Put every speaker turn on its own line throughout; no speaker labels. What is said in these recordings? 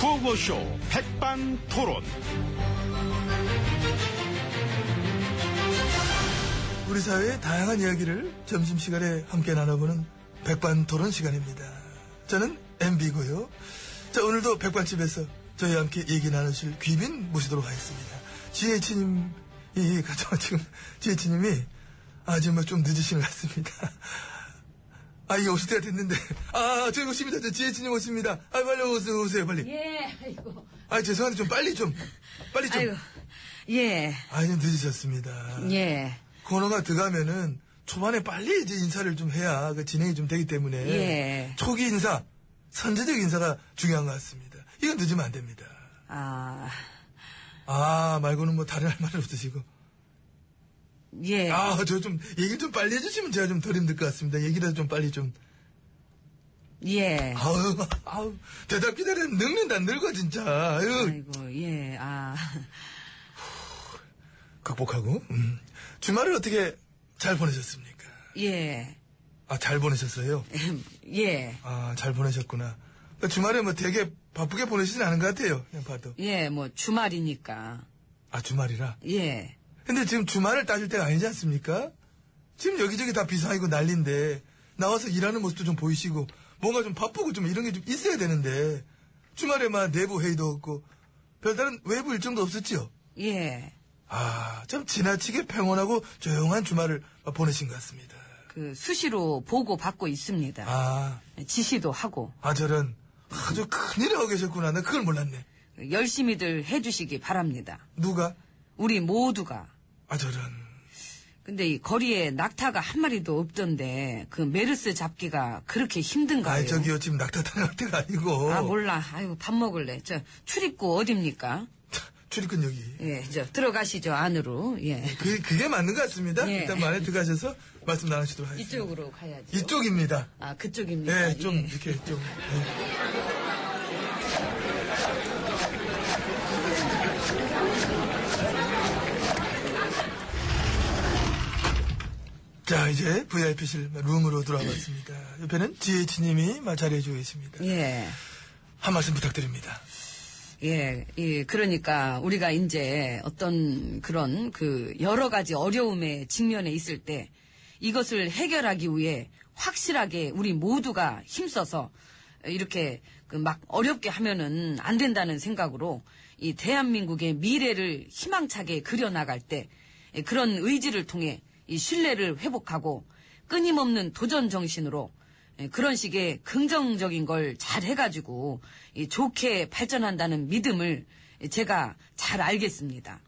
구호쇼 백반토론.
우리 사회의 다양한 이야기를 점심시간에 함께 나눠보는 백반토론 시간입니다. 저는 MB고요. 자 오늘도 백반집에서 저희와 함께 얘기 나누실 귀빈 모시도록 하겠습니다. GH님, 이, 가장 지금, GH님이 아주 뭐좀 늦으신 것 같습니다. 아, 이게 오실 때가 됐는데. 아, 저기 오십니다. 저 GH님 오십니다. 아, 빨리 오세요, 오세요, 빨리.
예, 아이고.
아, 죄송한데 좀 빨리 좀. 빨리 좀.
아이고. 예,
아, 이제 늦으셨습니다.
예,
코너가 들어가면은 초반에 빨리 이제 인사를 좀 해야 그 진행이 좀 되기 때문에
예.
초기 인사, 선제적 인사가 중요한 것 같습니다. 이건 늦으면 안 됩니다.
아,
아 말고는 뭐 다른 할 말은 없으시고
예.
아 저 좀 얘기를 좀 빨리 해주시면 제가 좀 덜 힘들 것 같습니다. 얘기라도 좀 빨리 좀
예.
아우 아우 대답 기다리면 늙는다 늙어 진짜 아유
아이고, 예, 아.
극복하고 음. 주말을 어떻게 잘 보내셨습니까?
예,
아 잘 보내셨어요?
예.
아 잘 보내셨구나. 주말에 뭐 되게 바쁘게 보내시진 않은 것 같아요. 그냥 봐도.
예, 뭐, 주말이니까.
아, 주말이라?
예,
근데 지금 주말을 따질 때가 아니지 않습니까? 지금 여기저기 다 비상이고 난린데, 나와서 일하는 모습도 좀 보이시고, 뭔가 좀 바쁘고 좀 이런 게 좀 있어야 되는데, 주말에만 내부 회의도 없고, 별다른 외부 일정도 없었지요?
예.
아, 참 지나치게 평온하고 조용한 주말을 보내신 것 같습니다.
그, 수시로 보고 받고 있습니다.
아,
지시도 하고.
아, 저런. 아주 큰일을 하고 계셨구나. 나 그걸 몰랐네.
열심히들 해주시기 바랍니다.
누가?
우리 모두가.
아, 저런.
근데 이 거리에 낙타가 한 마리도 없던데, 그 메르스 잡기가 그렇게 힘든가요?
아, 저기요. 지금 낙타 타는 때가 아니고.
아, 몰라. 아이고, 밥 먹을래. 저, 출입구 어딥니까?
출입근 여기.
예, 저, 들어가시죠, 안으로. 예.
그, 그게 맞는 것 같습니다.
예.
일단 안에 들어가셔서 말씀 나누시도록 하겠습니다.
이쪽으로 가야죠.
입니다
아, 그쪽입니다.
예, 좀,
예.
이렇게, 좀. 예. 자, 이제 VIP실 룸으로 들어와 봤습니다. 옆에는 GH님이 자리해주고 계십니다.
예.
한 말씀 부탁드립니다.
예, 예, 그러니까 우리가 이제 어떤 그런 그 여러 가지 어려움에 직면해 있을 때 이것을 해결하기 위해 확실하게 우리 모두가 힘써서 이렇게 그 막 어렵게 하면은 안 된다는 생각으로 이 대한민국의 미래를 희망차게 그려나갈 때 예, 그런 의지를 통해 이 신뢰를 회복하고 끊임없는 도전 정신으로 예, 그런 식의 긍정적인 걸 잘 해가지고 이 좋게 발전한다는 믿음을 제가 잘 알겠습니다.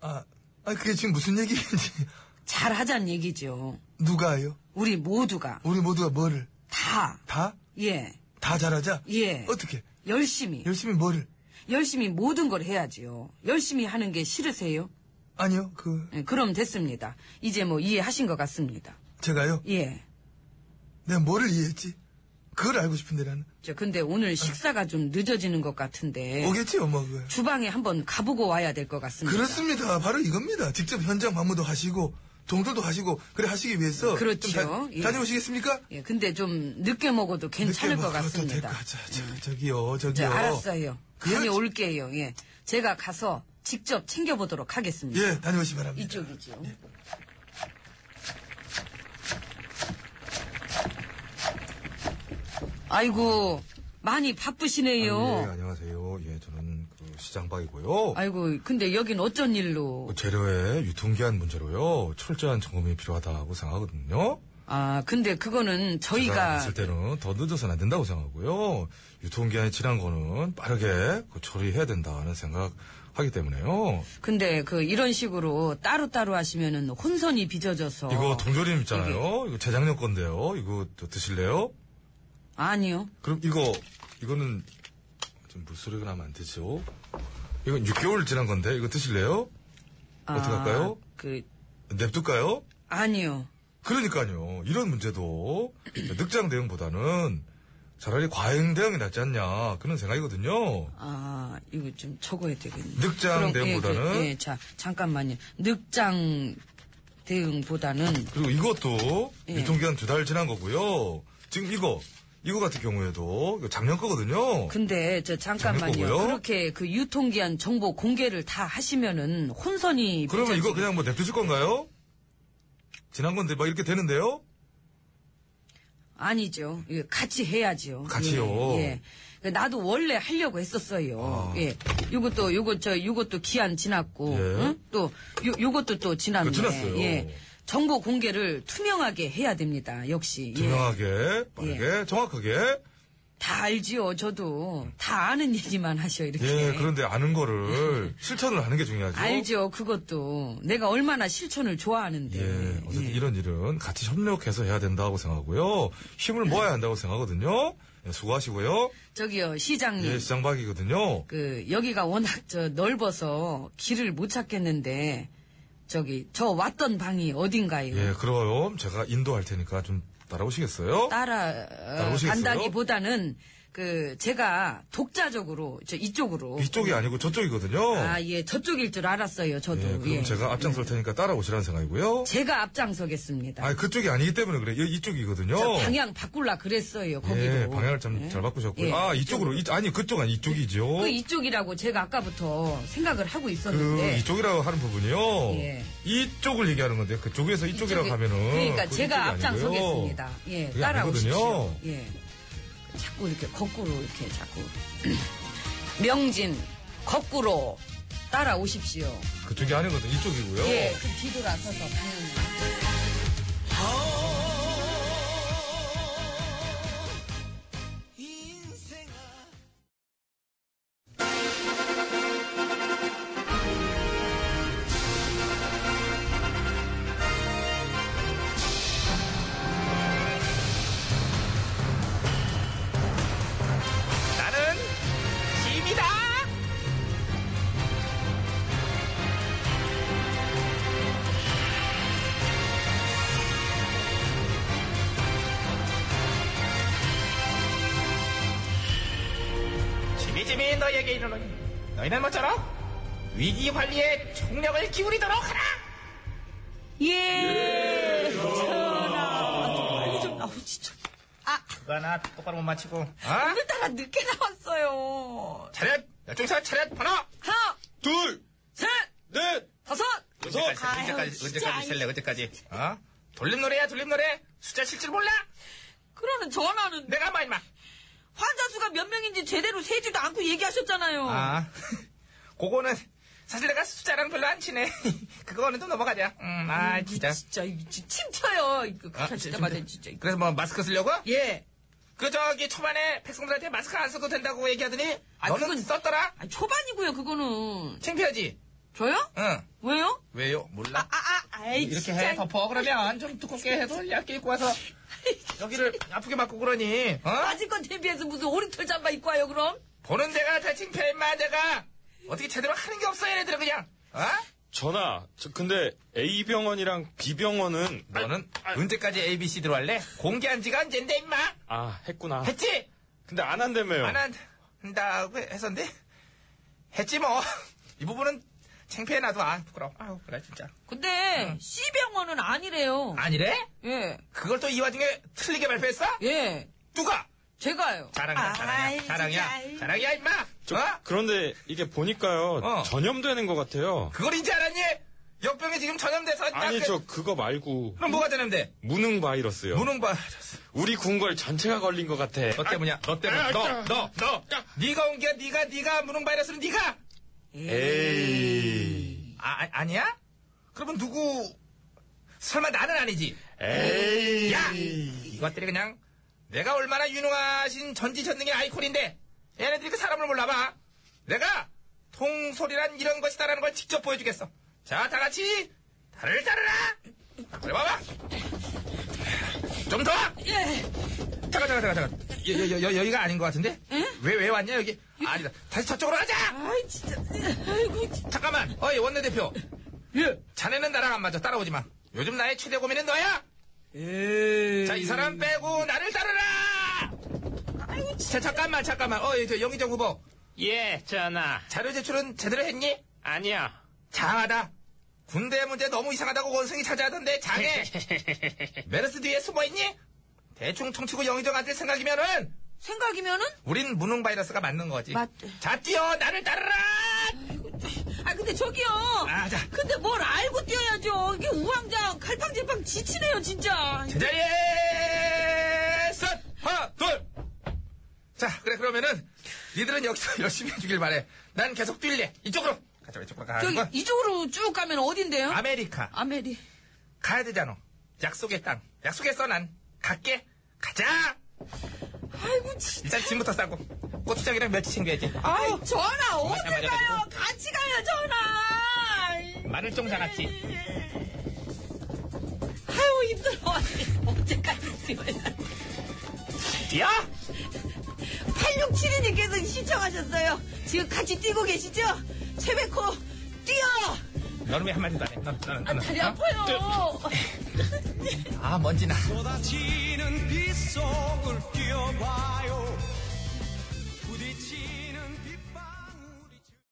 아, 아, 그게 지금 무슨 얘기인지.
잘 하자는 얘기죠.
누가요?
우리 모두가
우리 모두가 뭐를?
다,
다?
예,
다 잘하자?
예.
어떻게?
열심히,
열심히 뭐를?
열심히 모든 걸 해야지요. 열심히 하는 게 싫으세요?
아니요, 그,
예, 그럼 됐습니다. 이제 뭐 이해하신 것 같습니다.
제가요?
예.
내가 뭐를 이해했지? 그걸 알고 싶은데, 나는.
저 근데 오늘 식사가 좀 늦어지는 것 같은데
오겠지요, 뭐, 그거.
주방에 한번 가보고 와야 될 것 같습니다.
그렇습니다. 바로 이겁니다. 직접 현장 방문도 하시고, 동들도 하고, 그래 하시기 위해서.
그렇죠.
좀 다,
예.
다녀오시겠습니까?
예, 근데 좀 늦게 먹어도 괜찮을
늦게
것
먹어도 될
같습니다.
것 같아. 저, 저기요,
저
저기요.
네, 알았어요.
그렇지.
다녀올게요. 예. 제가 가서 직접 챙겨보도록 하겠습니다.
예, 다녀오시기 바랍니다.
이쪽이죠. 아이고, 많이
아, 예,
바쁘시네요.
안녕하세요. 예, 저는 그 시장박이고요.
아이고, 근데 여긴 어쩐 일로?
그 재료의 유통기한 문제로요. 철저한 점검이 필요하다고 생각하거든요.
아, 근데 그거는 저희가
그러니까 있을 때는 더 늦어서는 안 된다고 생각하고요. 유통기한이 지난 거는 빠르게 그 처리해야 된다는 생각하기 때문에요.
근데 그 이런 식으로 따로따로 하시면은 혼선이 빚어져서 네,
이거 동조림 있잖아요. 이거 재작년 건데요. 이거 또 드실래요?
아니요.
그럼 이거 이거는 좀 물소리가 나면 안 되죠. 이건 6개월 지난 건데 이거 드실래요? 어떻게 할까요?
아, 그
냅둘까요?
아니요.
그러니까요. 이런 문제도 늑장 대응보다는 차라리 과잉 대응이 낫지 않냐 그런 생각이거든요.
아 이거 좀 적어야 되겠네.
늑장
그럼, 예,
대응보다는?
그, 예, 자 잠깐만요. 늑장 대응보다는
그리고 이것도
예.
유통기한 두 달 지난 거고요. 지금 이거
이거 같은 경우에도 이거 작년 거거든요.
근데 저 잠깐만요.
거고요.
그렇게 그 유통기한 정보 공개를 다 하시면은 혼선이
그러면 이거
빚어지게-
그냥 뭐 냅두실 건가요? 지난 건데 막 이렇게 되는데요?
아니죠. 예, 같이 해야지요.
같이요?
예. 예. 그 나도 원래 하려고 했었어요. 예. 요것도 요것 저 요것도 기한 지났고
아. 예.
응? 또 요, 요것도 또 지났네.
그 지났어요.
예. 정보 공개를 투명하게 해야 됩니다. 역시. 예.
투명하게, 빠르게, 정확하게.
다 알지요. 저도 다 아는 얘기만 하셔 이렇게.
예, 그런데 아는 거를 실천을 하는 게 중요하죠.
알죠. 그것도 내가 얼마나 실천을 좋아하는데.
예, 어쨌든
예.
이런 일은 같이 협력해서 해야 된다고 생각하고요. 힘을 모아야 한다고 생각하거든요. 예, 수고하시고요.
저기요 시장님.
예, 시장박이거든요.
그 여기가 워낙 저 넓어서 길을 못 찾겠는데 저기 저 왔던 방이 어딘가요?
예, 그럼 제가 인도할 테니까 좀 따라오시겠어요?
따라 어,
따라오시겠어요?
간다기보다는 그 제가 독자적으로 저 이쪽으로
이쪽이 아니고 저쪽이거든요.
어, 음. 아 예 저쪽일 줄 알았어요 저도
예, 그럼
예.
제가 앞장설 테니까 따라오시라는 생각이고요.
제가 앞장서겠습니다.
아, 그쪽이 아니기 때문에 그래요. 이- 이쪽이거든요.
저 방향 바꿀라 그랬어요 거기로
어. 예, 방향을 참
예.
잘 바꾸셨고요.
예,
아, 이쪽으로. 이- 아니, 그쪽 아니, 이쪽이죠.
그 이쪽이라고 제가 아까부터 생각을 하고
그
있었는데
이쪽이라고 하는 부분이요.
예.
이쪽을 얘기하는 건데 그쪽에서 이쪽이라고
이쪽에-
하면은
그러니까
그
제가
이쪽이 아니고요.
앞장서겠습니다. 예,
그게
따라오십시오.
아니거든요.
예. 자꾸 이렇게 거꾸로 이렇게 자꾸 명진 거꾸로 따라오십시오.
그쪽이 아니거든. 이쪽이고요.
예, 그 뒤돌아서서 당연히.
나는 짐이다. 짐이 짐이 너에게 이르노니 너희는 모처럼 위기 관리에 총력을 기울이도록 하라.
예. 전화. 아, 좀 빨리 좀 나오지 좀. 아,
그거 하나 똑바로 못 맞히고. 아,
오늘따라 늦게 나왔어요.
차렷. 열중사 차렷 하나,
하나,
둘,
셋,
넷.
다섯.
언제까지, 셀래?
아유,
언제까지,
진짜
언제까지
아니.
셀래, 언제까지? 어? 돌림노래야, 돌림노래. 숫자 실 줄 몰라?
그러는 전화는
내가 봐, 임마.
어. 환자 수가 몇 명인지 제대로 세지도 않고 얘기하셨잖아요.
아, 그거는, 사실 내가 숫자랑 별로 안 친해. 그거는 좀 넘어가자. 음, 아, 진짜.
진짜 이거 진짜 침쳐요. 이거
아,
아, 진짜
좀-
맞아 진짜. 이거.
그래서 뭐, 마스크 쓰려고?
예.
그, 저기, 초반에 백성들한테 마스크 안 써도 된다고 얘기하더니,
아,
너는
그건-
썼더라?
아, 초반이고요. 그거는
창피하지?
저요?
응.
왜요?
왜요?
아아
몰라.
아, 아이,
이렇게
진짜.
해, 덮어. 그러면 좀 두껍게 해도 얇게 입고 와서, 여기를 아프게 맞고 그러니, 어?
맞을 건 대비해서 무슨 오리털 잠바 입고 와요 그럼?
보는 데가 다 창피해 임마 내가 어떻게 제대로 하는 게 없어 얘네들은 그냥 어?
전화, 저 근데 A 병원이랑 B 병원은
너는 언제까지 ABC 들어갈래? 공개한 지가 언젠데 임마
아 했구나.
했지?
근데 안 한다며요.
안 한다고 했었는데 했지 뭐 이 부분은 창피해 나도 아 부끄러워 아우 그래 진짜
근데 C 병원은 아니래요.
아니래?
예.
그걸 또 이 와중에 틀리게 발표했어?
예.
누가?
제가요.
자랑이야 자랑이야 자랑이야 자랑이야 임마
저-
어?
그런데 이게 보니까요
어.
전염되는 것 같아요.
그걸 이제 알았니? 역병이 지금 전염돼서 딱
아니
그-
저 그거 말고
그럼 뭐가 전염돼?
무능 바이러스요.
무능바 어,
우리 궁궐 전체가 걸린 것 같아.
너 때문이야. 너 때문에. 너, 너, 너. 네가 옮겨. 네가, 네가 무능 바이러스는 네가.
에이,
아, 아, 니야 그러면 누구? 설마 나는 아니지?
에이.
음. 야, 이것들이 그냥 내가 얼마나 유능하신 전지전능의 아이콘인데 얘네들이 그 사람을 몰라봐. 내가 통솔이란 이런 것이다라는 걸 직접 보여주겠어. 자, 다 같이 달을 자르라. 그래 봐봐. 좀 더.
예.
잠깐 잠깐 잠깐 잠깐 여, 여, 여, 여기가 아닌 것 같은데? 왜 왜 왔냐 여기? 아니다 다시 저쪽으로 가자
아이 진짜. 아이고. 진짜.
잠깐만 어이 원내대표
예.
자네는 나랑 안 맞아 따라오지 마 요즘 나의 최대 고민은 너야
예.
자 이 사람 빼고 나를 따르라 자 잠깐만 잠깐만 어이 저 영희정 후보
예, 전하.
자료 제출은 제대로 했니?
아니야.
장하다 군대 문제 너무 이상하다고 원숭이 찾아하던데 장해 메르스 뒤에 숨어있니? 대충 퉁치고 영의정 앉을 생각이면은
생각이면은?
우린 무능 바이러스가 맞는 거지.
맞-
자, 뛰어! 나를 따르라!
아 근데 저기요.
아, 자.
근데 뭘 알고 뛰어야죠. 이게 우왕좌왕 갈팡질팡 지치네요 진짜.
제자리에! 셋! 하나, 둘! 자, 그래, 그러면은, 니들은 여기서 열심히 해주길 바래. 난 계속 뛸래. 이쪽으로! 가자, 이쪽으로 가는
저기
건.
이쪽으로 쭉 가면 어딘데요?
아. 아메리카.
아메리.
가야 되잖아. 약속의 땅. 약속했어, 난. 갈게. 가자!
아이고 진짜.
일단 짐부터 싸고. 고추장이랑 멸치 챙겨야지.
아이 전화 어디
맞아, 맞아,
가요? 같이 가요 전화.
마늘 쫑 사놨지.
아유 힘들어. 언제까지 뛰어야.
뛰어!
8672님께서 신청하셨어요. 지금 같이 뛰고 계시죠? 최백호 뛰어.
너는 왜 한마디도 안 해? 너, 너는,
아,
너는.
다리 아파요.
어? 아, 먼지 나.
쏟아지는 빗속을 뛰어봐요